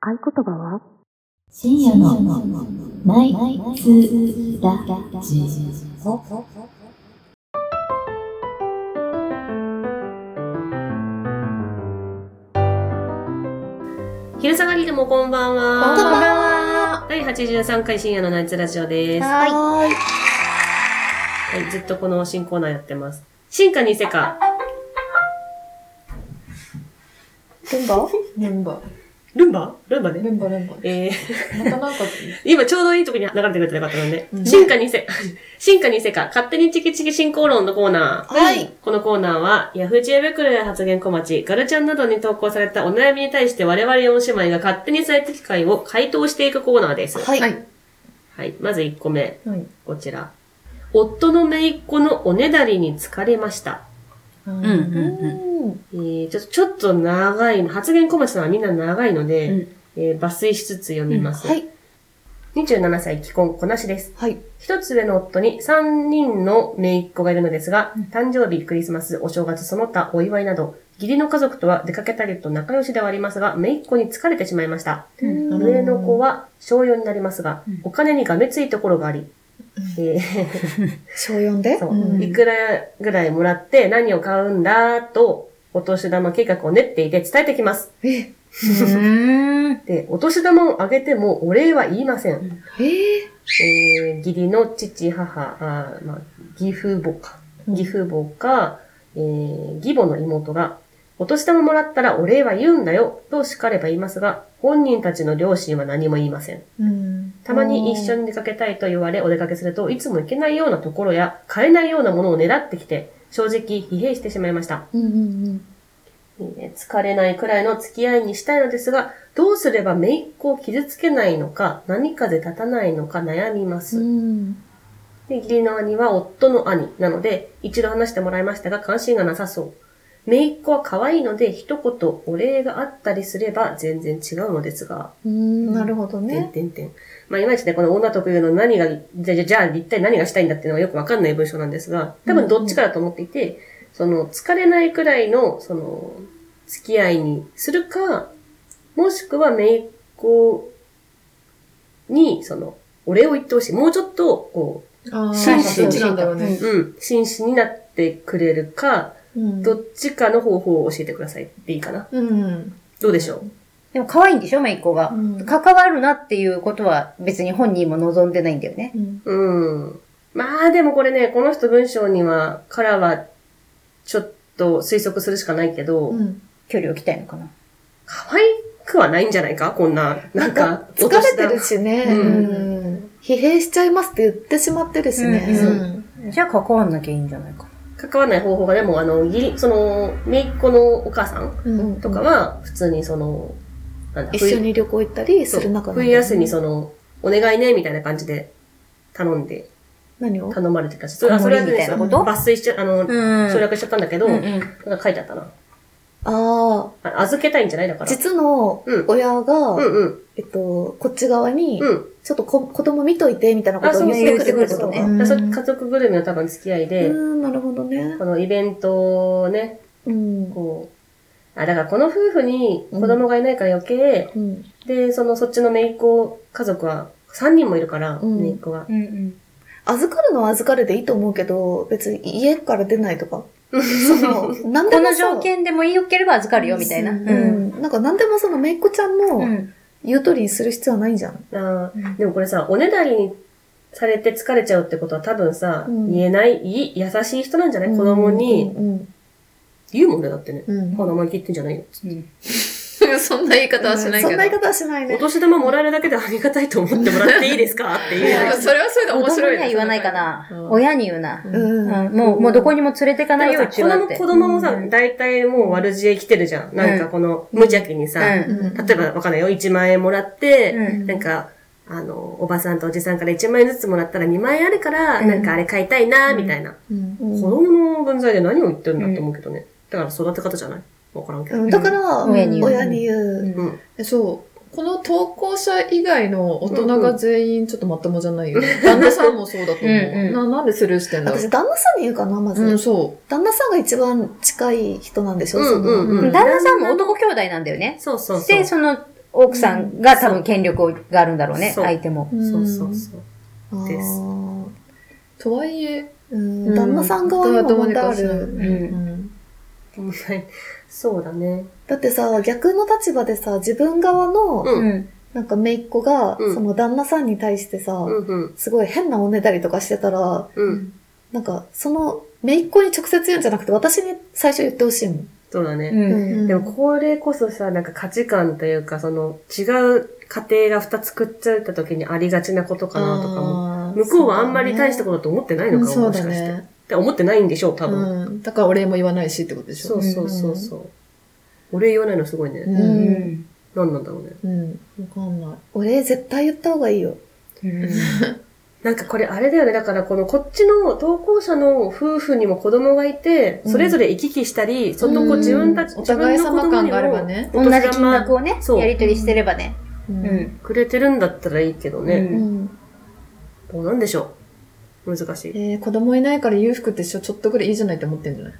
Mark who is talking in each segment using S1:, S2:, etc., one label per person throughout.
S1: 合言葉は
S2: 深夜のナイツラジオ。
S3: 昼下がりでもこんばん
S4: こん
S3: は。
S4: ばんは。
S3: 第83回深夜のナイツラジオです。は
S4: はーい。
S3: い、ずっとこの新コーナーやってます。進化にせか、
S4: ルンバルンバ。
S3: ルンバルンバね。
S4: ルンバルンバ。
S3: えー、
S4: またなんか、
S3: 今ちょうどいいとこに流れてくれたらよかったので、
S4: うん
S3: 進化にせ、進化にせか、勝手にチキチキ進行論のコーナー。
S4: はい。
S3: このコーナーは、ヤフー知恵袋や発言小町、ガルちゃんなどに投稿されたお悩みに対して我々4姉妹が勝手に最適解を回答していくコーナーです。
S4: はい。
S2: はい
S3: はい。まず1個目。
S4: はい。
S3: こちら。夫の姪っ子のおねだりに疲れました。
S4: う
S2: うんんうん
S4: ん。
S3: えー、ちょっと、ちょっと長い、発言小町さんはみんな長いので、
S2: うん
S3: えー抜粋しつつ読みます。
S4: はい。
S3: 27歳、既婚、子なしです。
S4: はい。
S3: 一つ上の夫に3人の姪っ子がいるのですが、誕生日、クリスマス、お正月、その他、お祝いなど、義理の家族とは出かけたりと仲良しではありますが、姪っ子に疲れてしまいました。
S4: うん
S3: 上の子は小4になりますが、お金にがめついところがあり、えー
S4: 小4で
S3: そう、
S4: うん
S3: いくらぐらいもらって何を買うんだと、お年玉計画を練っていて伝えてきます。
S4: え、
S2: うん。うん。
S3: で、お年玉をあげてもお礼は言いません。
S4: え
S3: えー、義理の父、母、あーまあ、義父母か。
S4: うん
S3: 義父母か、えー、義母の妹が、お年玉もらったらお礼は言うんだよ、と叱れば言いますが、本人たちの両親は何も言いません。
S4: うん。
S3: たまに一緒
S4: に。
S3: に出かけたいと言われお出かけすると、いつも行けないようなところや、買えないようなものを狙ってきて、正直疲弊してしまいました。
S4: うんうんうん。
S3: いいね疲れないくらいの付き合いにしたいのですが、どうすれば姪っ子を傷つけないのか、何風立たないのか悩みます。
S4: うん。
S3: で、義理の兄は夫の兄なので、一度話してもらいましたが関心がなさそう。姪っ子は可愛いので、一言お礼があったりすれば全然違うのですが、
S4: うん。なるほど
S3: 点
S4: ね。
S3: 点点。まあ、いまいちね、この女特有の何が、じゃ、じゃ、じゃあ、一体何がしたいんだっていうのがよくわかんない文章なんですが、多分どっちかだと思っていて、その、疲れないくらいの、その、付き合いにするか、もしくは、姪っ子に、その、お礼を言ってほしい。もうちょっと、こ
S4: ああ、
S3: 真摯
S4: どっちなんだろうね。
S3: う、うん、真摯になってくれるか、
S4: うん
S3: どっちかの方法を教えてくださいっていいかな。
S4: うん。
S3: どうでしょう
S2: でも可愛いんでしょ、メイコが
S4: う。ん
S2: 関わるなっていうことは別に本人も望んでないんだよね。
S4: うん。
S3: うん。まあでもこれね、この人文章には、からは、ちょっと推測するしかないけど、
S4: うん。
S2: 距離を置きたいのかな。
S3: 可愛くはないんじゃないかこんな、なんか、
S4: 疲れてるしね。
S3: うん
S4: うん。疲弊しちゃいますって言ってしまってるしね。
S2: うん
S4: ん。
S2: じゃあ関わんなきゃいいんじゃないかな。
S3: 関わらない方法がでも、あの、義理、その、姪っ子のお母さん
S4: うん。
S3: とかは、普通にその、なんだ、
S4: 一緒
S3: 冬
S4: に旅行行ったりす
S3: そう
S4: る中なんだよね
S3: 冬休みにその、お願いね、みたいな感じで、頼んで、
S4: 何を
S3: 頼まれてたし、それは、そ
S2: 子
S3: れ
S2: 守みた
S3: はね、
S2: いな
S3: その
S2: こ
S3: 抜
S2: と
S3: 粋しちゃ、あの、
S2: うん
S3: 省略しちゃったんだけど、
S2: うんうん
S3: なんか書いてあったな。
S4: あ
S3: あ預けたいんじゃないだか
S4: あ、
S3: ら。
S4: 実の
S3: うん
S4: 親が、
S3: うんうん。
S4: えっと、こっち側に、
S3: うん。
S4: ちょっとこ子供見といて、みたいなこ
S3: あ、
S4: と
S3: そ
S4: を
S3: う
S4: 言
S3: 言
S4: っ
S3: ってて
S4: く
S3: く
S4: る
S3: る
S4: って
S3: こ
S4: こと
S3: と
S4: ね。
S3: ね。
S4: う
S3: だ
S4: ん
S3: からそれ家族ぐるみの多分付き合いで、
S4: うん、なるほどね。
S3: このイベントをね、
S4: うん。
S3: こう、あ、だからこの夫婦に子供がいないから余計、
S4: うん。
S3: で、そのそっちの姪っ子家族は、3人もいるから、
S4: うん
S3: 姪っ子は。
S2: うんうん。
S4: 預かるのは預かるでいいと思うけど、別に家から出ないとか。その、何で
S2: こ
S4: も
S2: の
S4: さ
S2: 条件でも良ければ預かるよ、みたいな。
S4: うん。なんか何でもその、めいっ子ちゃん
S2: う
S4: の
S2: ん。
S4: 言う通りにする必要はないんじゃん。
S3: あー
S2: うん
S3: でもこれさ、おねだりにされて疲れちゃうってことは多分さ、
S4: うん
S3: 言えない、いい、優しい人なんじゃない子供に、
S4: うん。
S3: 言うもんね、だってね。
S4: うん。うん
S3: あ、生意気言ってんじゃないよ。
S2: うん。
S5: そんな言い方はしないけど。
S4: そんな言い方はしない
S3: お
S4: ね。
S3: 年玉もらえるだけでありがたいと思ってもらっていいですかって
S5: い
S3: いう。
S5: やそれはそれで
S2: 子
S5: 面
S2: 供
S5: 白い
S2: に
S5: ね
S2: は言わないか。な
S5: うん。
S2: 親に言うな。
S4: うん。
S2: うんもう、もうどこにも連れてかないよ、
S3: で
S2: う
S3: も
S2: ち
S3: さ
S2: は
S3: 子
S2: だっ
S3: 供、
S2: て。
S3: 子供もさ
S2: う、ん
S3: 大体もう悪知恵来てるじゃん。なんかこの、無邪気にさ、
S2: うん
S4: うん
S3: 例えばわかんないよ、1万円もらって、
S2: うん。
S3: なんか、あの、おばさんとおじさんから1万円ずつもらったら2万円あるから、
S2: うん
S3: なんかあれ買いたいな、みたいな。
S4: うん
S3: 子供の分際で何を言ってるんだって思うけどね。だから育て方じゃないわからんけど。
S4: うんだから、
S2: うん
S4: 親
S2: 親
S4: に
S2: に
S4: 言
S2: 言
S4: う。
S2: う
S3: うん。
S5: そう。この投稿者以外の大人が全員ちょっとまともじゃないよね。旦那さんもそうだと
S2: う
S5: 思
S2: んう
S5: う。
S2: ん
S5: な、なんでスルーしてんだろ
S4: 私、旦那さんに言うかな、ま
S5: う。
S4: ず。
S5: うん、そ
S4: 旦那さんが一番近い人なんでしょ、
S3: うんうん
S4: その
S3: うん。
S2: 旦那さんも男兄弟なんだよね。
S3: そうそうそう。
S2: で、その、
S1: 奥さんが多分権力があるんだろうね、
S3: そう
S1: 相手も。
S3: そうそうそう。です
S4: あー
S5: とはいえ、
S4: うん旦那さん側にも問題ある。
S1: うん。
S3: でもないそうだね。
S4: だってさ、逆の立場でさ、自分側の、
S3: うん
S1: うん。
S4: なんか姪っ子が、
S3: うん
S4: その旦那さんに対してさ、
S3: うんうん。
S4: すごい変なおねだりとかしてたら、
S3: うん。
S4: なんか、その、姪っ子に直接言うんじゃなくて、私に最初言ってほしいもん。
S3: そうだね。
S1: うん。
S4: うん
S3: でもこれこそさ、なんか価値観というか、その違う家庭が2つくっついた時にありがちなことかなとかも。
S5: あー
S3: 向こうはあんまり大したことと思ってないのかも、
S5: そう
S3: もし
S5: だ
S3: かして。っ
S5: ね。
S3: て思ってないんでしょう、多
S5: う
S3: 分。
S5: ん。だからお礼も言わないしってことでし
S3: そ
S5: ょ。
S3: うそうそうそう。俺言わないのすごいね。
S5: うん。
S1: う
S5: うん
S1: ん。
S3: 何なんだろうね。
S5: うん。わかんない。
S4: 俺、絶対言った方がいいよ。
S3: なんかこれあれだよね。だからこのこっちの投稿者の夫婦にも子供がいて、
S4: うん
S3: それぞれ行き来したり、その子
S5: うん
S3: 自分たち、
S5: お互い
S3: 自分の
S5: 様
S3: 子供
S5: 感
S3: にも
S5: があればね。
S1: 同
S3: お年
S1: じ
S3: 玉
S1: 金額をね、
S3: そう
S1: やり取りしてればね。
S5: う
S1: う。ん。
S3: くれてるんだったらいいけどね。
S1: うん
S4: うん。
S3: どうなんでしょう。難しい。
S5: えー、子供いないから裕福ってちょちょっとぐらいいいじゃないって思ってんじゃない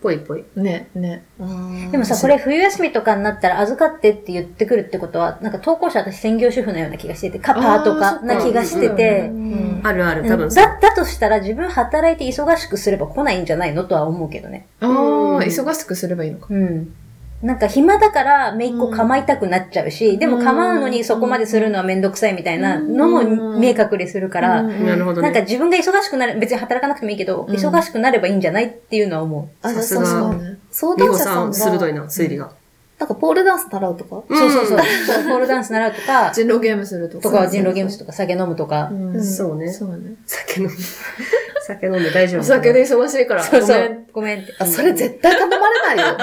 S3: ぽいぽい。
S5: ね、ね。
S4: あ
S1: でもさ、これ冬休みとかになったら預かってって言ってくるってことは、なんか投稿者私専業主婦のような気がしてて、カパーと
S5: あーそ
S1: か
S5: っか
S1: な気がしてて
S4: う、
S5: ん
S4: ん。
S3: あるある、
S1: う
S3: 多
S1: ん
S3: 分そう。
S1: だ、だとしたら自分働いて忙しくすれば来ないんじゃないのとは思うけどね。
S5: ああ
S3: うん、
S5: 忙しくすればいいのか。
S1: うん。なんか暇だからめいっ子構いたくなっちゃうし、でも構うのにそこまでするのはめんどくさいみたいなの
S5: う
S1: も
S5: ん
S1: 明確にするから、
S5: うん
S3: なるほど
S1: なんか
S3: ね。
S1: 自分が忙しくなる、別に働かなくてもいいけど、
S5: うん
S1: 忙しくなればいいんじゃないっていうのは思
S4: あ、
S3: さすが
S4: そう
S5: そ
S4: そうう。
S5: ね。
S4: 相
S3: 美
S4: 談
S3: 穂
S4: 者
S3: さ
S4: さ
S3: ん、
S4: ん
S3: 鋭
S4: が、
S3: いな、推理が。
S4: なんかポールダンス習うとか
S1: う。そうそうそう。
S3: ん。
S1: そうポールダンス習うとか、
S5: 人狼ゲームするとか。
S1: とかは人狼ゲームとか酒飲むとか
S5: う、ん。
S4: うん
S3: そうね。
S5: そうね。
S3: 酒飲んで。 酒飲んで大丈夫。
S5: お酒で忙しいから。
S1: そうそ
S5: ごめん
S1: う。ごめんって。
S4: あ、それ絶対頼まれないよ。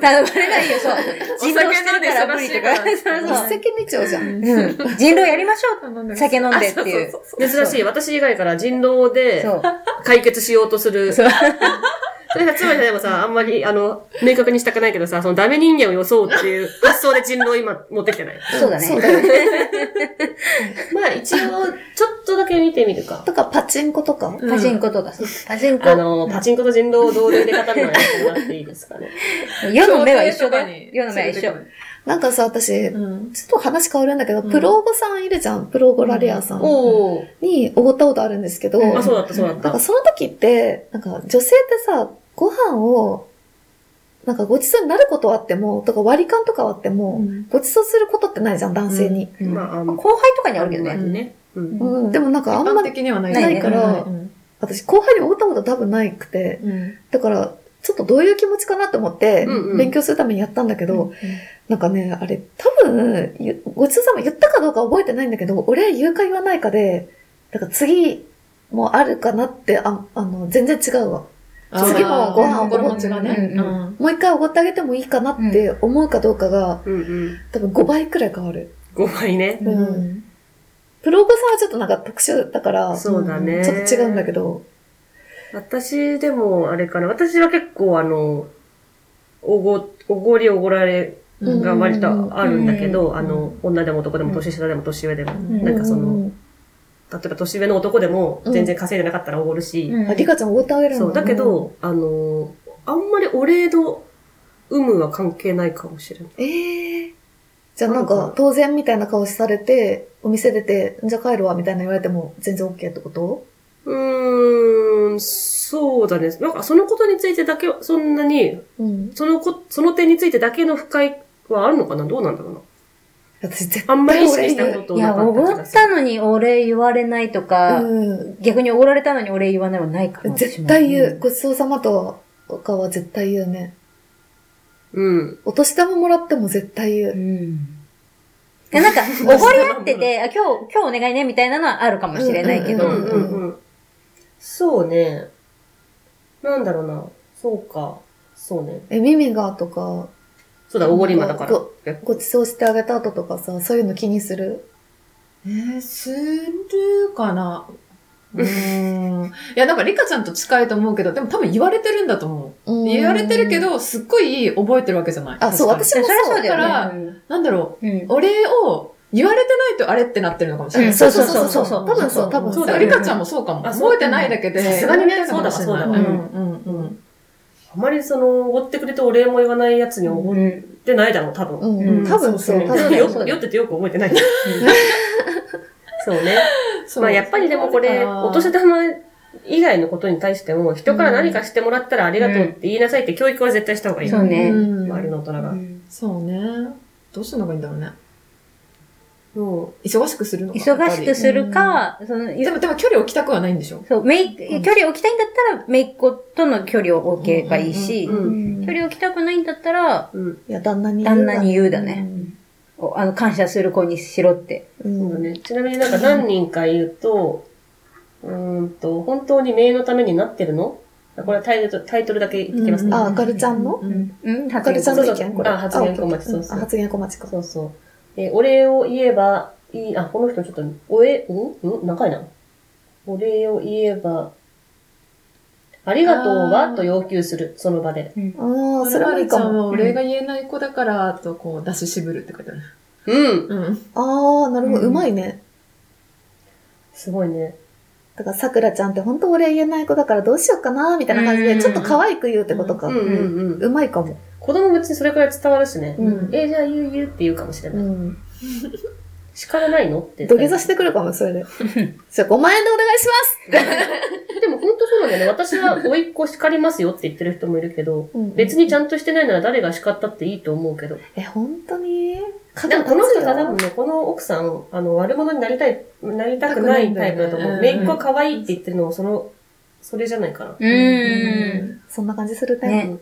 S1: 頼まれないよ、そう。人狼してるから無理とか。そう
S4: 一石二鳥じゃん。
S1: そう。うん。人狼やりましょ
S5: 頼んで
S1: う。
S5: る
S1: 酒飲んでっていう。
S3: 珍しい。私以外から人狼で
S1: そう。
S3: 解決しようとする。
S1: そ
S3: そうれ がつまり例えばさ、あんまり、あの、明確にしたくないけどさ、そのダメ人間を装うっていう 発想で人狼今持ってきてない。
S1: そうだね。
S4: そうだよね。
S3: まあ一応、ちょっとだけ見てみるか。
S4: とか、パチンコとか。
S1: パチンコとか、そうパチンコ
S3: あ、の、パチンコと人狼を同類で語るのはやってもらっていいですかね。
S1: 世の目は一緒だよ。世
S5: 世
S1: の目は一緒。。
S4: なんかさ、私、ち
S5: う
S4: ょ
S5: ん。
S4: っと話変わるんだけど、
S5: うん
S4: プローゴさんいるじゃん。プローゴラリアさん
S3: おお。
S4: におごったことあるんですけど、
S1: うん
S3: あ、そうだった、そうだっ
S4: なん
S3: た
S4: か。その時って、なんか女性ってさ、ご飯を、なんかごちそうになることはあっても、とか割り勘とかはあっても、ごちそうすることってないじゃん、男性に。
S5: うん
S3: まあ、あん
S1: 後輩とかにあるけど
S3: あ
S1: ね。
S3: んまりね。うん。
S5: うん
S4: うんでもなんかあ
S5: 一
S4: んま
S5: 般
S4: り、
S5: 的にはない
S4: ないから
S5: うん
S4: 私後輩におごったこと多分ないくて、
S5: うん。
S4: だから、ちょっとどういう気持ちかなと思って
S3: うんう、ん
S4: 勉強するためにやったんだけど、
S5: うん
S4: なんかね、あれ、多分、ゆごちそうさま言ったかどうか覚えてないんだけど、俺言うか言わないかで、だから次もあるかなって、ああの、全然違うわ。次はご飯を
S5: 心持ちがね。
S1: うんう
S4: もう一回おごってあげてもいいかなって思うかどうかが、
S3: うんうん。
S4: 多分5倍くらい変わる。
S3: 5倍ね。
S5: うん
S4: うプロお子さんはちょっとなんか特殊だから、ちょ
S3: そうだね。
S4: っと違うんだけど、
S3: 私でも、あれかな。私は結構、あの、おご、おごりおごられ
S5: うん
S3: が割とあるんだけど、あの、女でも男で
S5: う
S3: も
S5: ん
S3: 年下でも年上でも、
S5: うん
S3: なんかその
S4: う
S3: 例えば年上の男でも
S4: うん
S3: 全然稼いでなかったらおごるし、
S4: あ、リカちゃんおごってあげるん
S3: そう、だけ、ど、あの、あんまりお礼の有無は関係ないかもしれない。
S4: ええじゃあな
S3: な
S4: ん
S3: ん
S4: か
S3: か、
S4: 当然みたいな顔されて、お店出て、じゃあ帰るわ、みたいな言われても全然 OK ってこと
S3: うーん、そうだね。なんかそのことについてだけ、そんなに、
S4: うん。
S3: そのこ、その点についてだけの不快はあるのかなどうなんだろうな。
S4: 私絶
S3: あんまり意識
S4: 俺
S3: し
S4: 言う
S3: たこと
S1: い
S3: な
S1: や、
S3: か
S1: お
S3: った
S1: ご
S3: 気が
S1: っ
S3: する
S1: たのにお礼言われないとか、
S4: う
S1: 逆におごられたのにお礼言わないはないか
S4: ん。
S1: もしれない。
S4: 絶対言う。
S1: ん。
S4: ごちそうさまとかは絶対言うね。
S3: うん。
S4: お年玉もらっても絶対言
S1: う
S4: う。
S1: ん。いやなんか、おごり合ってて、あ今日、今日お願いね、みたいなのはあるかもしれないけ
S3: う
S1: ど、
S3: んうんうん。そうね。なんだろうな。そうか。そうね。
S4: え、ミミがとか、
S3: そうだ、おごり魔だから。
S4: ごごちそうしてあげた後とかさ、そういうの気にする
S5: えー、するかなうーん。いや、なんか、リカちゃんと近いと思うけど、でも多分言われてるんだと思う。言われてるけ、ど、すっごい覚えてるわけじゃない。
S4: あ、そう、
S5: 確か
S4: 私も
S1: そりゃそう
S4: そう
S1: だよ
S5: だ
S1: ね。
S5: になんだろ
S1: うん
S5: う。お礼を言われてないとあれってなってるのかもしれない。
S1: うんそうそうそうそうそう
S4: 多分そう多分
S5: そ
S4: そうう
S5: だから、リカちゃんもそうかも。
S3: あそう
S5: 覚えてないだけで。
S3: さすがに
S5: 言われ
S3: ね
S5: てるのかもしれない
S1: そうだわ
S5: うんうんうん。
S3: あまりその、おごってくれてお礼も言わないやつにおごっ
S1: うん。
S3: てってないだろう、多分。
S4: うん。多分そう、多
S3: よ
S4: 分そ
S3: く
S4: う。
S3: 酔っててよく覚えてない。そうね。
S5: そう
S3: まあやっぱりでもこれ、お年玉以外のことに対しても、人から何かしてもらったらありがとうって言いなさいって教育は絶対した方がいい。
S1: そうね。
S5: うん
S3: 周りの大人が。
S5: そうね。どうするのがいいんだろうね。
S3: そ
S5: 忙しくするのか
S1: 忙しく
S5: す
S1: するか、その、
S5: でも、でも距離置きたくはないんでしょ
S1: そう、めい、距離を置きたいんだったら、めいっ子との距離を置けばいいし、
S3: う。う。
S4: うんん
S1: 距離を置きたくないんだったら、
S3: うん。
S4: いや、旦那に
S1: 旦那に言うだね。おあの、感謝する子にしろって。
S4: うん。
S3: そう
S4: う
S3: だ
S4: ん。
S3: ね。ちなみになんか何人か言うと、うーんと、本当に名誉のためになってるのこれはタイトルタイトルだけ言ってきますね。
S4: あ、ガルちゃんの
S5: うん。
S1: うん、
S4: ガルちゃん
S1: 発
S4: の
S1: 言
S4: 意見これ。
S3: あ発言小町
S4: あ OK
S3: そうそう
S4: あ発言小町か。
S3: そうそう。えーお礼を言えばいい、あ、この人ちょっと、おえ、んん長いな。お礼を言えば、ありがとう
S5: あ
S3: は
S5: ー
S3: と要求する、その場で。
S4: ああ、それ
S5: ま
S4: はい
S5: る
S4: いか
S5: ちゃん
S4: も。
S5: は俺が言えない子だから、とこう、出し渋るって書いてある。
S3: うん。
S5: うん。
S4: ああ、なるほど。
S1: うん
S4: うまいね。
S3: すごいね。
S4: だから、さくらちゃんって本当俺言えない子だからどうしようかな、みたいな感じ
S1: うん
S4: で、ちょっと可愛く言うってことか。
S3: うんうんうん。
S4: うまいかも。
S3: 子供別にそれくらい伝わるしね。
S4: うん。
S3: えーじゃあ言う言うって言うかもしれ
S4: う
S3: ない。
S4: ん。
S3: 叱らないのって。
S4: 土下座してくるかも、そ れで。じゃあ、5万円でお願いし
S3: でも本当そうなんだよね。私は甥っ子叱りますよって言ってる人もいるけど、
S4: ます
S3: 別にちゃんとしてないなら誰が叱ったっていいと思うけど。
S4: え、本当に
S3: でもこの人
S4: た
S3: さ、多分ね、この奥さん、あの、悪者になりたい、なりたくないタイプだと思う。
S5: なりたくない
S3: め
S5: んだよね
S3: いっ子は可愛いって言ってるのも、その、それじゃないかな。
S1: うーん。
S4: そんな感じするね。
S1: ね。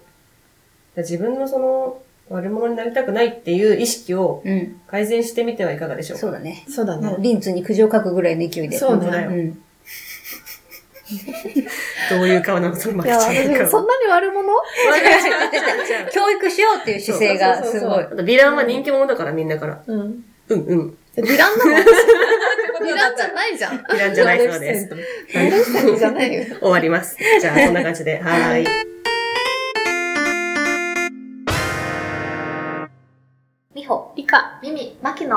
S3: 自分のその、悪者になりたくないっていう意識を
S1: うん。
S3: 改善してみてはいかがでしょうか。
S1: そうだね。
S5: そうだね。
S1: リンツに苦情書くぐらいの勢いで。
S5: そう
S3: 本当だよ
S5: ね。
S1: うん。
S3: どういう顔なのそのマ
S4: いや、
S3: キちゃん
S4: 私
S3: の
S4: もそ
S3: 顔。
S4: んなに悪 者
S1: 教育しようっていう姿勢がすごい
S3: あ。と、ヴィランは人気者だから、みんなから。
S5: うん。
S3: うんうん。
S4: ヴィランなのヴィランじゃないじゃん。ヴ
S3: ヴィランじゃないそうです。
S4: ィランさんじゃないよ。
S3: 終わります。じゃあ、こんな感じで。はーい。
S2: みほ、りか、みみ、まきの。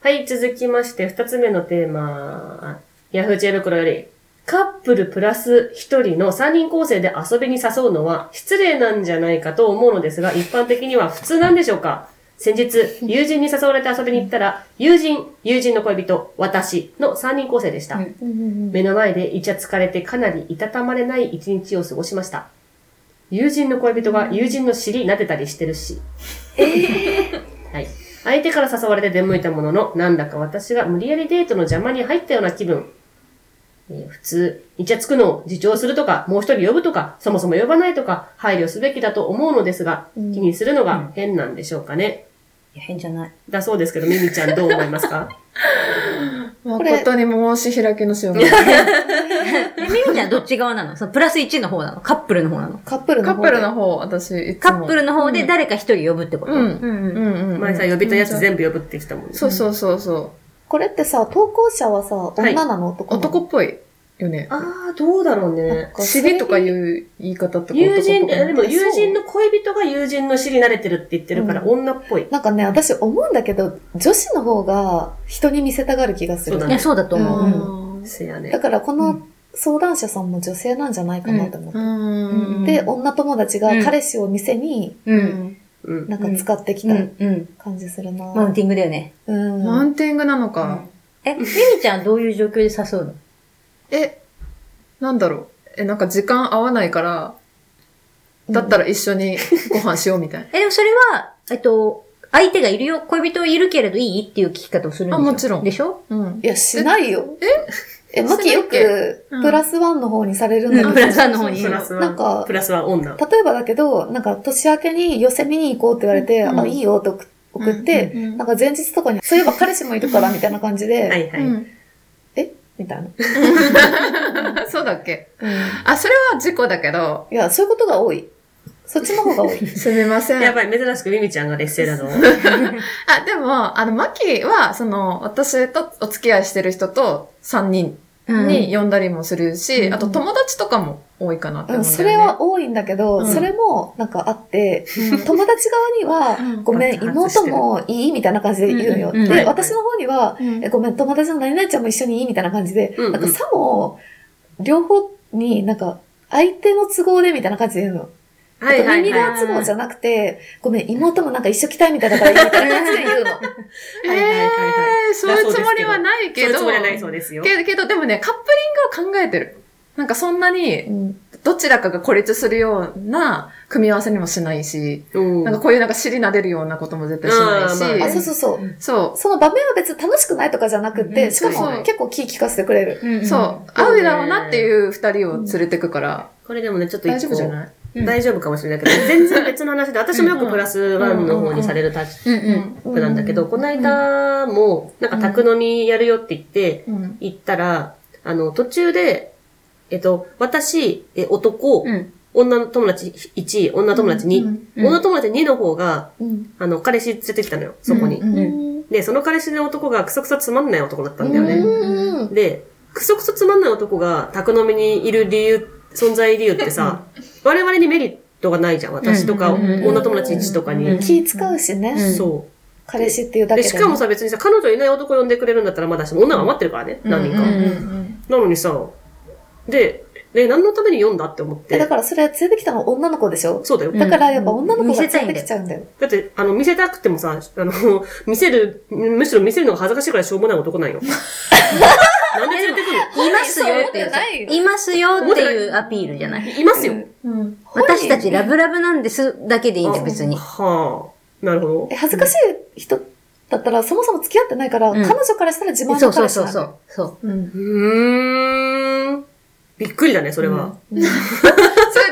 S3: はい、続きまして、二つ目のテーマ。ヤフー知恵袋より、カップルプラス一人の三人構成で遊びに誘うのは失礼なんじゃないかと思うのですが、一般的には普通なんでしょうか先日、友人に誘われて遊びに行ったら、友人、友人の恋人、私の三人構成でした。
S1: うん
S3: 目の前でイチャつかれてかなりいたたまれない一日を過ごしました。友人の恋人が友人の尻撫でたりしてるし。 はい。相手から誘われて出向いたものの、なんだか私が無理やりデートの邪魔に入ったような気分。えー普通、イチャつくのを自重するとか、もう一人呼ぶとか、そもそも呼ばないとか、配慮すべきだと思うのですが、気にするのが変なんでしょうかね。
S1: いや変じゃない。
S3: だそうですけど、ミミちゃんどう思います か
S5: 誠に申し開きのしよう。
S1: え、みみちゃんどっち側なのそのプラス1の方なのカップルの方なの
S4: カップル
S5: カ
S4: の
S5: ッ
S4: 方
S5: プ
S4: で
S5: ルの方、私、いつ
S1: カ
S5: も。
S1: ップルの方で誰か一人呼ぶってこと
S5: うん
S1: うん
S5: うんうんうん。
S3: 前さ、呼びたやつ全部呼ぶってきたもんね。
S5: そうそうそうそ
S4: これってさ、投稿者はさ、
S3: い
S4: 女なの
S5: う。
S4: 男なの
S5: 男っぽいよね。
S3: ああ、どうだろうね。
S5: 尻とかいう言い方とか男
S3: 友
S5: っぽ
S3: 人、
S5: くない
S3: あでも友人の恋人が友人の知り慣れてるって言ってるから、
S4: うん
S3: 女っぽい。
S4: なんかね、私思うんだけど、女子の方が人に見せたがる気がす
S3: そう
S4: る。
S3: だ
S1: いや、そうだと思う。
S4: うん
S3: せやね
S4: だ。からこ
S1: う
S4: の相談者さんも女性なんじゃないかなと思って。
S5: うん。
S4: で、女友達が
S1: うん
S4: 彼氏を店に
S1: うん。
S3: うん。
S4: なんか使ってき
S1: う
S4: た
S1: ん。うん。
S4: 感じするな。
S1: マウンティングだよね。
S4: うん
S5: マウンティングなのか。
S1: え、みみちゃんどういう状況で誘うの
S5: え、なんだろう。え、なんか時間合わないから、だったら一緒 にご飯しようみたい
S1: え、でもそれは、えっと、相手がいるよ、恋人いるけれどいいっていう聞き方をするんで
S5: あ
S1: しょ
S5: もちろん
S1: でしょ
S5: な。うん
S4: い。や、しないよ。ええ、マキ
S5: しない
S4: よ
S5: っけ
S4: く
S5: うん
S4: プラスワンの方にされるんだけど、
S1: プラスワンの方に
S3: プ。ラス
S4: な
S3: は、
S4: んか
S3: プラスは女。
S4: 例えばだけど、なんか年明けに寄せ見に行こうって言われて、
S5: うん
S4: あ、いいよって送送って、
S5: うん
S4: なんか前日とかに、そういえば彼氏もいるからみたいな感じで、
S3: はいは
S5: う
S3: い。
S5: ん
S4: みたい な。
S5: そうだっけ
S4: うん
S5: あ、それは事故だけど、
S4: いや、そういうことが多い。そっちの方が多い。
S5: すみません。
S3: やばい、珍しくミミちゃんが劣勢だぞ。
S5: あ、でも、あの、マキは、その、私とお付き合いしてる人と3人に呼んだりもするし、
S4: うん
S5: あと友達とかも多いかなって
S4: う、
S5: 思うんんだよね。
S4: それは多いんだけど、
S5: うん
S4: それもなんかあって、友達側に
S5: う
S4: は
S5: ん、
S4: ごめん、
S3: 爆発して
S4: 妹
S3: る
S4: もいいみたいな感じで言うのよ。
S1: うんうんうん
S4: で、私の方には、
S5: うん
S4: えごめん、友達の何々ちゃんも一緒にいいみたいな感じで、
S3: うんうん
S4: なんかさも、両方になんか、相手の都合でみたいな感じで言うの。あ
S3: はい
S4: と
S3: はい
S4: 耳
S3: はい。
S4: が都合じゃなくて、ごめん、妹もなんか一緒来たいみたいだから、みたいな感じで言うの。
S5: え
S3: はいはいはい
S5: えー、そういうつもりはない
S3: そう
S5: け
S3: いう
S5: ど。
S3: つもりはないそうですよ。
S5: けど、けど、でもね、カップリングを考えてる。なんかそんなに、
S4: うん
S5: どちらかが孤立するような組み合わせにもしないし、
S3: うん
S5: なんかこういうなんか尻撫でるようなことも絶対しないし、
S3: あーま
S4: あ、そうそうそう。
S5: そ
S4: その場面は別に楽しくないとかじゃなく
S1: うんう
S4: て、
S1: ん
S4: しか
S5: そうそ
S4: も
S5: う
S4: 結構気利かせてくれる。
S5: う、
S1: ん
S5: そう、
S3: うん
S5: 合うだろうなっていう二人を連れてくから、
S3: これでもね、ちょっと
S5: 大
S3: 一
S5: 丈
S3: 個
S5: 夫じゃない
S1: うん
S3: 大丈夫かもしれないけど、全然別の話で、私もよくプラスワンの方にされるタイ
S1: うんう。
S5: うん
S3: プなんだけど、
S4: うん
S3: この間も、なんか宅飲みやるよって言って、
S5: うん。
S3: 行ったら、あの、途中で、えっと、私、え男、
S1: うん。
S3: 女友達1、女友達2、
S1: うん
S3: 女友達2の方が、
S4: うん
S3: あの、彼氏連れてきたのよ、そこに。
S5: うん
S1: う
S4: うんん
S3: で、その彼氏の男がクソクソつまんない男だったんだよね。
S4: うん
S3: で、クソクソつまんない男が宅飲みにいる理由、存在理由ってさ、我々にメリットがないじゃん。私とか、
S1: うんうんうん
S3: 女友達1とか
S1: う
S3: に
S1: ん。
S4: 気使うしね。
S3: そ
S4: 彼氏っていう
S3: う。
S4: だけ
S3: で、
S4: でね。
S3: しかもさ、別にさ、彼女いない男呼んでくれるんだったらまだしも、女が待ってるからね、何人
S5: う
S3: か。
S5: ん
S1: うん
S3: なのにさ、で、で、何のために読んだって思っ
S4: え、だ
S3: て。
S4: からそれ連れてきたのは女の子でしょ
S3: そうだよ。
S1: うん
S4: だからやっぱ女の子
S1: 見
S4: が
S1: せたい
S4: 連れ
S1: んだよ
S4: てきちゃうんだよ。
S3: だって、あの、見せたくてもさ、あの、 見せる、むしろ見せるのが恥ずかしいからしょうもない男なんよ。なんで連れてくる
S1: いますよってい
S4: そう思って
S1: う
S4: ないよ
S1: いますよっていうアピールじゃない。
S3: のいますよ。
S5: うん。
S1: 私たちラブラブなんですだけでいいんだよ、別に。
S3: はあ。なるほど
S4: え。恥ずかしい人だったらそもそも付き合ってないから、
S1: うん
S4: 彼女からしたら自慢
S1: そ
S4: の
S1: うそ
S4: 彼
S1: う
S4: 氏
S1: そ
S4: なの
S1: うそう。そう
S5: うん。
S3: うーん。びっくりだね、それは。
S5: それ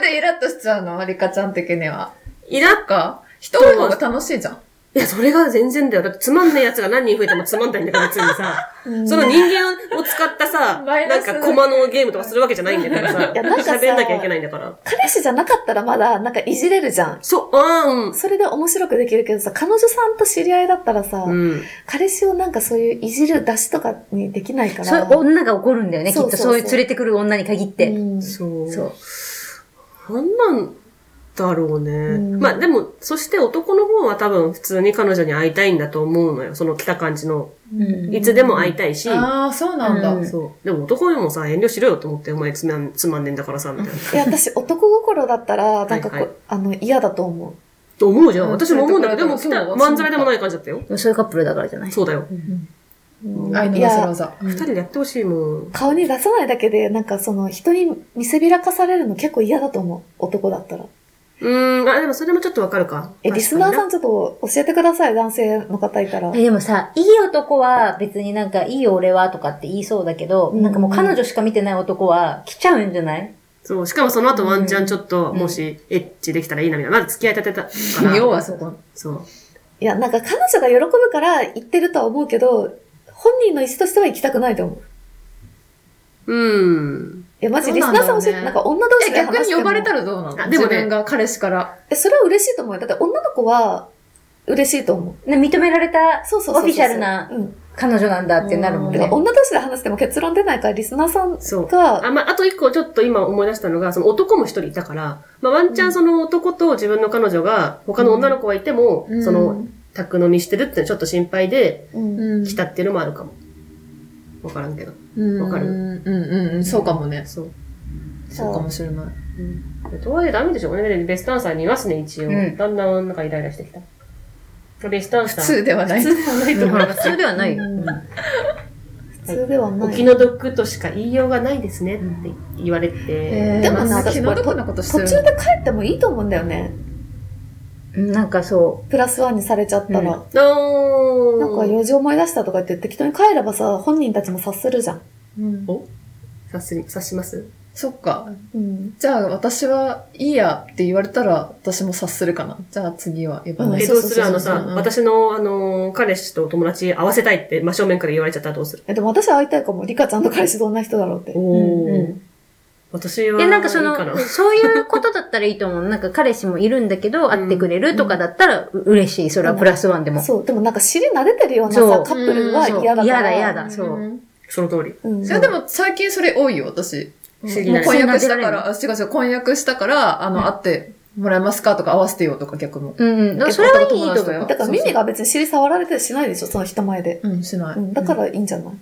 S5: でイラッとしちゃうの、リカちゃん的には。
S3: いらっ
S5: なんか、人多い方が楽しいじゃん。
S3: いや、それが全然だよ。だってつまんない奴が何人増えてもつまんないんだから、別にさ。
S4: うん
S3: その人間を使ったさ、
S5: マイ
S3: な
S5: ナ
S3: ん
S5: ス
S3: か駒のゲームとかするわけじゃないんだからさ。
S4: いやなんかさ
S3: 喋んなきゃいけないんだから。
S4: 彼氏じゃなかったらまだなんかいじれるじゃん。
S3: そう、あ
S4: それで面白くできるけどさ、彼女さんと知り合いだったらさ、
S3: あ、うん。うん。
S4: 彼氏をなんかそういういじる出しとかにできないから。
S1: そういう女が怒るんだよね、きっ
S4: そう
S1: と。
S4: そうそ
S1: そ
S4: う
S1: ういう連れてくる女に限っ
S4: う
S1: て。
S4: ん
S3: そう。
S1: そう。
S3: なんなんだろうね。
S4: ん
S3: まあでも、そして男の方は多分普通に彼女に会いたいんだと思うのよ。その来た感じの。
S1: うん
S3: いつでも会いたいし。
S5: ああ、そうなんだ。
S1: うん
S3: そう。でも男にもさ、遠慮しろよと思って、お前つまんつまんねえんだからさ、みたいな。
S4: いや、私男心だったら、なんかこう、
S3: はいはい
S4: あの、嫌だと思う。
S3: と思うじゃん。
S5: うん
S3: 私も思うんだけど、でも来
S5: そうだ
S3: た、
S5: よ
S3: まんざらでもない感じだったよ。
S1: でもそういうカップルだからじゃない。
S3: そうだよ。
S4: うん
S5: 愛の
S4: い
S5: なせる
S4: や、
S5: 技。
S3: 二人でやってほしいもん。
S4: 顔に出さないだけで、なんかその人に見せびらかされるの結構嫌だと思う。男だったら。
S3: うーん、あ、でもそれもちょっとわかるか。
S4: え、リスナーさ
S3: ん。
S4: んちょっと教えてください、男性の方いたら。
S1: えでもさ、いい男は別になんか、いいよ俺はとかって言いそうだけど、
S4: うん
S1: なんかもう彼女しか見てない男は来ちゃうんじゃない
S3: そう。しかもその後ワンチャンちょっと、
S1: うん
S3: もし、エッチできたらいいな、みたいな。まだ付き合い立てたから。
S5: 要はそこ。
S3: そう。
S4: いや、なんか彼女が喜ぶから言ってるとは思うけど、本人の意思としては行きたくないと思う。
S3: うん。
S4: いや、マジ、
S5: そう
S4: リス
S5: なん
S4: ナ
S5: だ
S4: ーさん教えて、
S5: ね
S4: なんか女同士
S5: え、
S4: で話
S5: 逆
S4: し
S5: に
S4: ても
S5: 呼ばれたらどうなの
S3: あでも
S5: 自
S3: ね
S5: 分が彼氏から。
S4: え、それは嬉しいと思うよ。だって女の子は嬉しいと思う。
S1: ね認められた
S4: そうそうそうそう。
S1: オフィシャルな
S4: うん。
S1: 彼女なんだってなるもん
S4: て
S1: ね
S4: か、。女同士で話しても結論出ないから、リスナーさん
S3: そう。
S4: が、
S3: あ、まあ、あと一個ちょっと今思い出したのが、その男も一人いたから、まあ、ワンチャンその男と自分の彼女が、他の女の子がいても、その、、宅飲みしてるってちょっと心配で、
S4: うん。
S5: うん
S3: 来たっていうのもあるかも。わからんけど。わかる
S5: うんうんうん、そうかもね。
S3: そう。
S5: そうかもしれない。
S3: うん。とはいえダメでしょうね。ベストアンサーにいますね、一応。
S1: うん
S3: だんだんなんかイライラしてきた。ベストアン
S5: 普
S3: サー。
S5: 通ではない。
S3: 普通ではないと思います。
S1: それではないよ。
S4: 普通では
S3: お
S4: な
S3: 気
S4: い。
S3: の毒としか言いようがないですねって言われて。
S5: えー
S4: でもね
S5: まあ
S4: 私
S5: 気の毒なことして
S4: 途
S5: る
S4: 中で帰ってもいいと思うんだよね。
S1: うんなんかそ
S4: プラスワンにされちゃったら。
S1: うん
S3: おー
S4: なんか用事思い出したとか言って適当に帰ればさ、本人たちも察するじゃん。
S5: うん
S3: 察し察します
S5: そっか。
S4: うん。
S5: じゃあ私はいいやって言われたら私も察するかな。じゃあ次は呼ばない。
S3: え、
S4: う
S3: ど
S4: そう
S3: う
S4: そう
S3: す
S4: そう
S3: るあの
S5: う
S3: さ
S5: ん、
S3: 私の、あのー、彼氏と友達合わせたいって真正面から言われちゃったらどうする
S4: え、でも私は会いたいかも。リカちゃんと彼氏どんな人だろうって。
S3: お
S1: う
S3: ー。私
S1: う。
S3: は、
S1: で、なんかそ
S3: いいかな
S1: の、そういうことだったらいいと思う。 なんか彼氏もいるんだけど、会ってくれるとかだったらう嬉しい。それはプラスワンでも。
S4: そう、でもなんか尻撫でてるような
S1: そう
S4: さ、カップルは
S1: そう
S4: 嫌だから。
S1: 嫌だ嫌だ、そう。
S5: ん
S3: その通り。
S4: うん。
S5: それでも最近それ多いよ、私。
S3: 不
S5: も
S3: 思議だ
S5: う
S3: ね
S5: 婚約した
S1: そんな出ら
S5: か
S1: れる
S5: ら、あ違う違う、婚約したから、あの、会ってもらえますかとか合わせてよとか逆も。
S1: うんうん。だからそれはいいと
S5: え男友達
S1: 思
S5: と
S1: う
S5: よ
S1: よ。
S4: だからミミが別に尻触られてしないでしょ、その人前で。
S5: うん、しない。
S4: うん、だからいいんじゃない、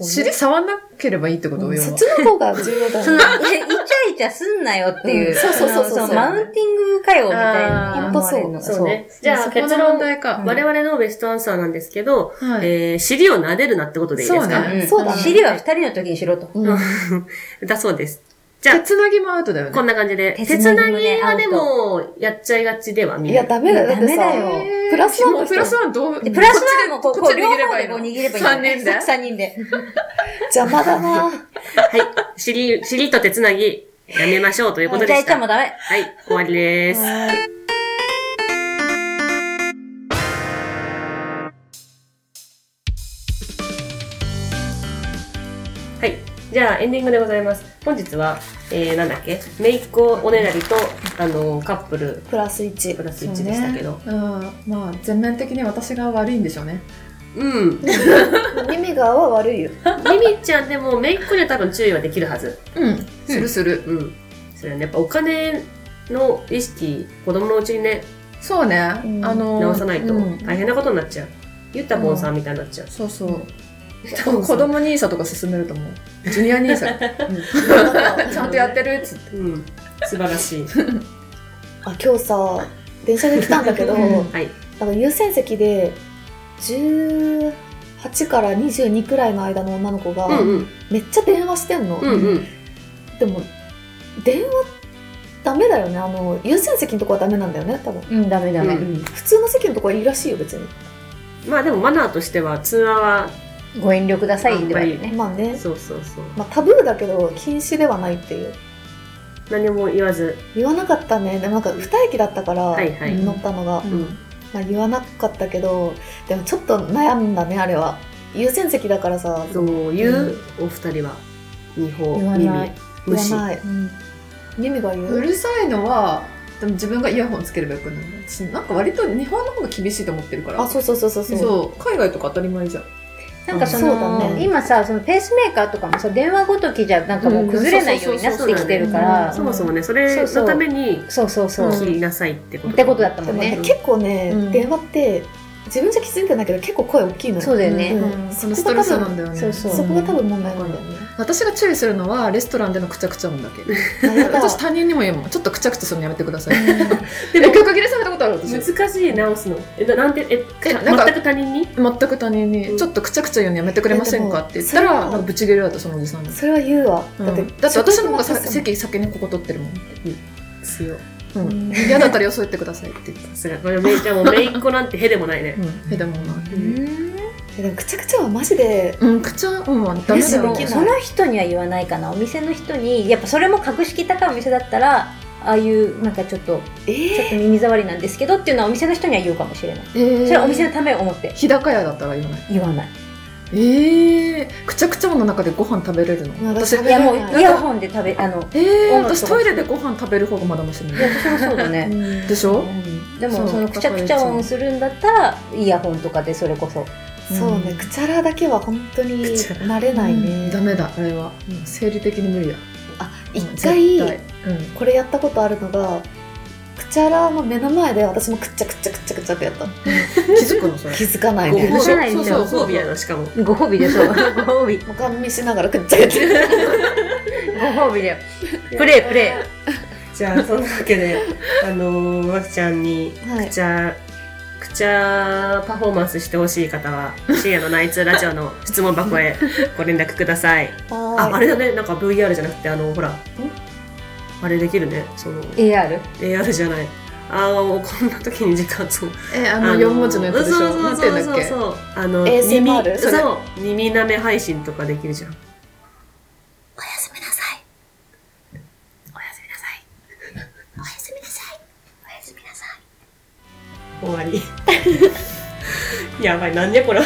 S5: 尻触んなければいいってこと要は
S4: そっちの方が重要だ
S1: そ
S4: よ
S1: の、
S4: ね。
S1: えイチャイチャすんなよっていう。
S4: うんそうそうそうそう
S1: ののマウンティングかよ、みたい
S5: あー
S1: な。
S3: そうね。じゃあ
S5: そこ
S3: 結
S5: の問
S3: 論、
S5: 題か。
S1: 我
S3: 我々のベストアンサーなんですけど、
S5: はい。
S3: えー尻を撫でるなってことでいいです
S5: そう
S3: か
S5: ね
S1: うん
S4: そうだね
S1: 尻は二人の時にしろと。
S4: うん
S3: だそうです。じゃ
S5: 手
S3: あ、
S5: つなぎもアウトだよね。
S3: こんな感じで。
S1: 手
S3: 手
S1: つ
S3: つ
S1: な
S3: な
S1: ぎ
S3: ぎ
S1: もね
S3: はでも、やっちゃいがちでは、みん
S4: い
S3: な
S4: や、。ダメだよ。だって
S1: ダメだ
S4: さ
S1: よ、
S5: えー
S4: プラスワンの人
S5: プラスワンどう
S1: で、プラスワンもこう、
S5: こ
S1: こ
S5: っ
S1: う、
S5: ちで
S1: 両
S5: こっち
S1: 方
S5: で握ればい
S1: で
S5: いの
S1: こう握ればいいの。
S5: 三人で
S1: そう三人で。
S4: 邪魔だな。
S3: はい。尻、 尻と手つなぎ、やめましょうということ
S1: イ
S3: で
S1: チャ
S3: し
S1: イチャ
S3: た。
S1: もダメ。
S3: はい、終わりです。はい。じゃあ、エンディングでございます。本日は、えー、なんだっけ、めいっ子おねだりと、あの、カップル、
S4: プラス1。
S3: プラス1でしたけど。
S5: そうねうん。まあ、全面的に私が悪いんでしょうね。
S3: うん。
S4: ミミガーは悪いよ。
S3: ミミちゃんでも、めいっ子には多分注意はできるはず。
S5: うん。するする。
S3: うん。それはね、やっぱお金の意識、子供のうちにね、
S5: そうね。あ
S4: うん
S5: の、
S3: 直さないと
S5: うん
S3: 大変なことになっちゃう。ゆったぼんさんみたいになっちゃう。
S5: そうそう。
S3: 多分
S5: 子供ニーサとか進めると思う。ジュニアニーサ。うんちゃんとやってるっつって。
S3: うん。素晴ら しい。
S4: あ、今日さ、電車で来たんだけど、
S5: うん
S3: はい。
S4: なんか優先席で、18から22くらいの間の女の子が、
S3: うんうん。
S4: めっちゃ電話してんの。
S3: うんうん。
S4: でも、電話、ダメだよね。あの、優先席のとこはダメなんだよね、多分。
S1: うん、ダメダメ。
S3: う
S4: 普通の席のとこはいいらしいよ、別に。
S3: まあでもマナーとしては通話は、
S1: ご遠慮ください、ではね。
S4: まあね。
S3: そうそうそう。
S4: まあタブーだけど、禁止ではないっていう。
S3: 何も言わず。
S4: 言わなかったね。でもなんか、二駅だったから、
S3: はいはい。
S4: 乗ったのが。
S3: うん。
S4: まあ、言わなかったけどでもちょっと悩んだねあれは優先席だからさ
S3: どういうお二人は、日
S1: 言わ
S3: 本、耳
S1: ない、
S3: 無
S4: 言わ
S3: 視。
S4: ない耳が言
S5: う
S4: う
S5: るさいのは、でも自分がイヤホンつければよくない私なんか割と日本の方が厳しいと思ってるから。
S4: あそうそうそうそう
S5: そ
S4: そうう
S5: 海外とか当たり前じゃん。
S1: なんかそ
S4: そうだ
S1: の、
S4: ね
S1: 今さ、そのペースメーカーとかもさ、電話ごときじゃなんかもう崩れないようになってきてるか
S5: うん
S1: ら
S3: そ、もそもね、それのために、
S1: そうそうそう。
S3: 切りなさいってこと。
S1: ってことだった
S4: で
S1: もん
S4: も
S1: ね
S4: ね。結構ね、
S5: うん
S4: 電話って自分じゃ気づいてないけど結構声大きいのよ
S1: そうだよね。
S4: うん
S5: そのストレスなんだよね。
S1: そうそう
S4: そこが多分問題なんだよね、
S5: 私が注意するのはレストランでのくちゃくちゃ音だけ。
S4: 悩んだ
S5: 私他人にも言うもん。ちょっとくちゃくちゃするのやめてくださ い。でも曲切れされたことある私。
S3: 難しい、直すの。え、ななんて、え、
S5: え
S3: か
S5: なんか
S3: 全く他人に
S5: 全く他人
S3: う
S5: に
S3: ん
S5: 「ちょっとくちゃくちゃ言うのやめてくれませんか?」って言った
S4: でも
S5: ら
S4: それは
S5: なんかぶち切れられたそのおじさんに、
S4: それは言うわ、
S5: うん
S4: だ
S5: だ
S4: っ
S5: ってて私の方がさ
S4: 職場
S5: 席先にここ取ってるもん
S3: 強い
S5: うん嫌だったらよそ行ってくださいって言って
S3: さすが。これめいちゃんもめいっ子なんてへでもないね。
S5: うんへでもない
S4: えでもくちゃくちゃはマジで
S5: うんくちゃうんはダメ
S1: で
S5: だよ
S1: も
S4: きない
S1: その人には言わないかなお店の人にやっぱそれも格式高いお店だったらああいうなんかちょっとちょっと耳障りなんですけどっていうのはお店の人には言うかもしれない
S5: えー
S1: それはお店のためを思って
S5: 日高屋だったら言わない
S1: 言わない
S5: ええくちゃくちゃの中でご飯食べれるの私
S4: 私
S5: え
S1: いやもうイヤホンで食べあの
S5: え
S1: 音楽とか
S5: 私トイレでご飯食べる方がまだマシ
S1: い
S5: ね
S1: や私もそうだね
S5: でしょ
S1: で
S5: そ
S1: も
S5: う
S1: そのくちゃくちゃ音するんだったらイヤホンとかでそれこそ
S4: そうね、くちゃらだけは本当に
S3: くちゃ
S4: 慣れないね、
S5: ダメだあれはうん生理的に無理だ
S4: あ
S5: うん
S4: 一回、
S5: 絶対 うん
S4: これやったことあるのがくちゃらの目の前で私もくっちゃくちゃくっちゃくちゃってやった
S5: 気づくの それ
S4: 気づかない
S3: ご
S4: ね
S1: でしょ
S3: 褒美。
S1: そう
S3: そ
S1: そうう
S3: そう。ご褒美やな、しかも。
S1: ご褒美で そうご褒美
S4: もうガン見しながらくっちゃくちゃ
S1: ご褒美だよプレイプレ
S3: じゃあ、そんなわけで、あのー、わきちゃんに、
S4: は
S3: くちゃ、くちゃパフォーマンスしてほしい方は、深夜のナイツラジオの質問箱 へご連絡ください。あ、あ
S4: は
S3: れだね、なんか VR じゃなくて、あの、ほら、あれできるね、その、
S1: イ AR
S3: AR じゃない。ああ、もうこんな時に時間そう。
S5: えあの4文字のやつでしょ
S3: そうそ
S5: な
S3: う
S5: て
S3: んそ
S5: 言う
S3: うん
S5: だ
S3: そ
S5: っ
S3: う
S5: け
S3: そう。あの、耳、
S4: ASMR それ
S3: そう、耳舐め配信とかできるじゃん。おやすみなさい。おやすみなさい。おやすみなさい。お やすみなさい。終わり。やばい、なんでこれ。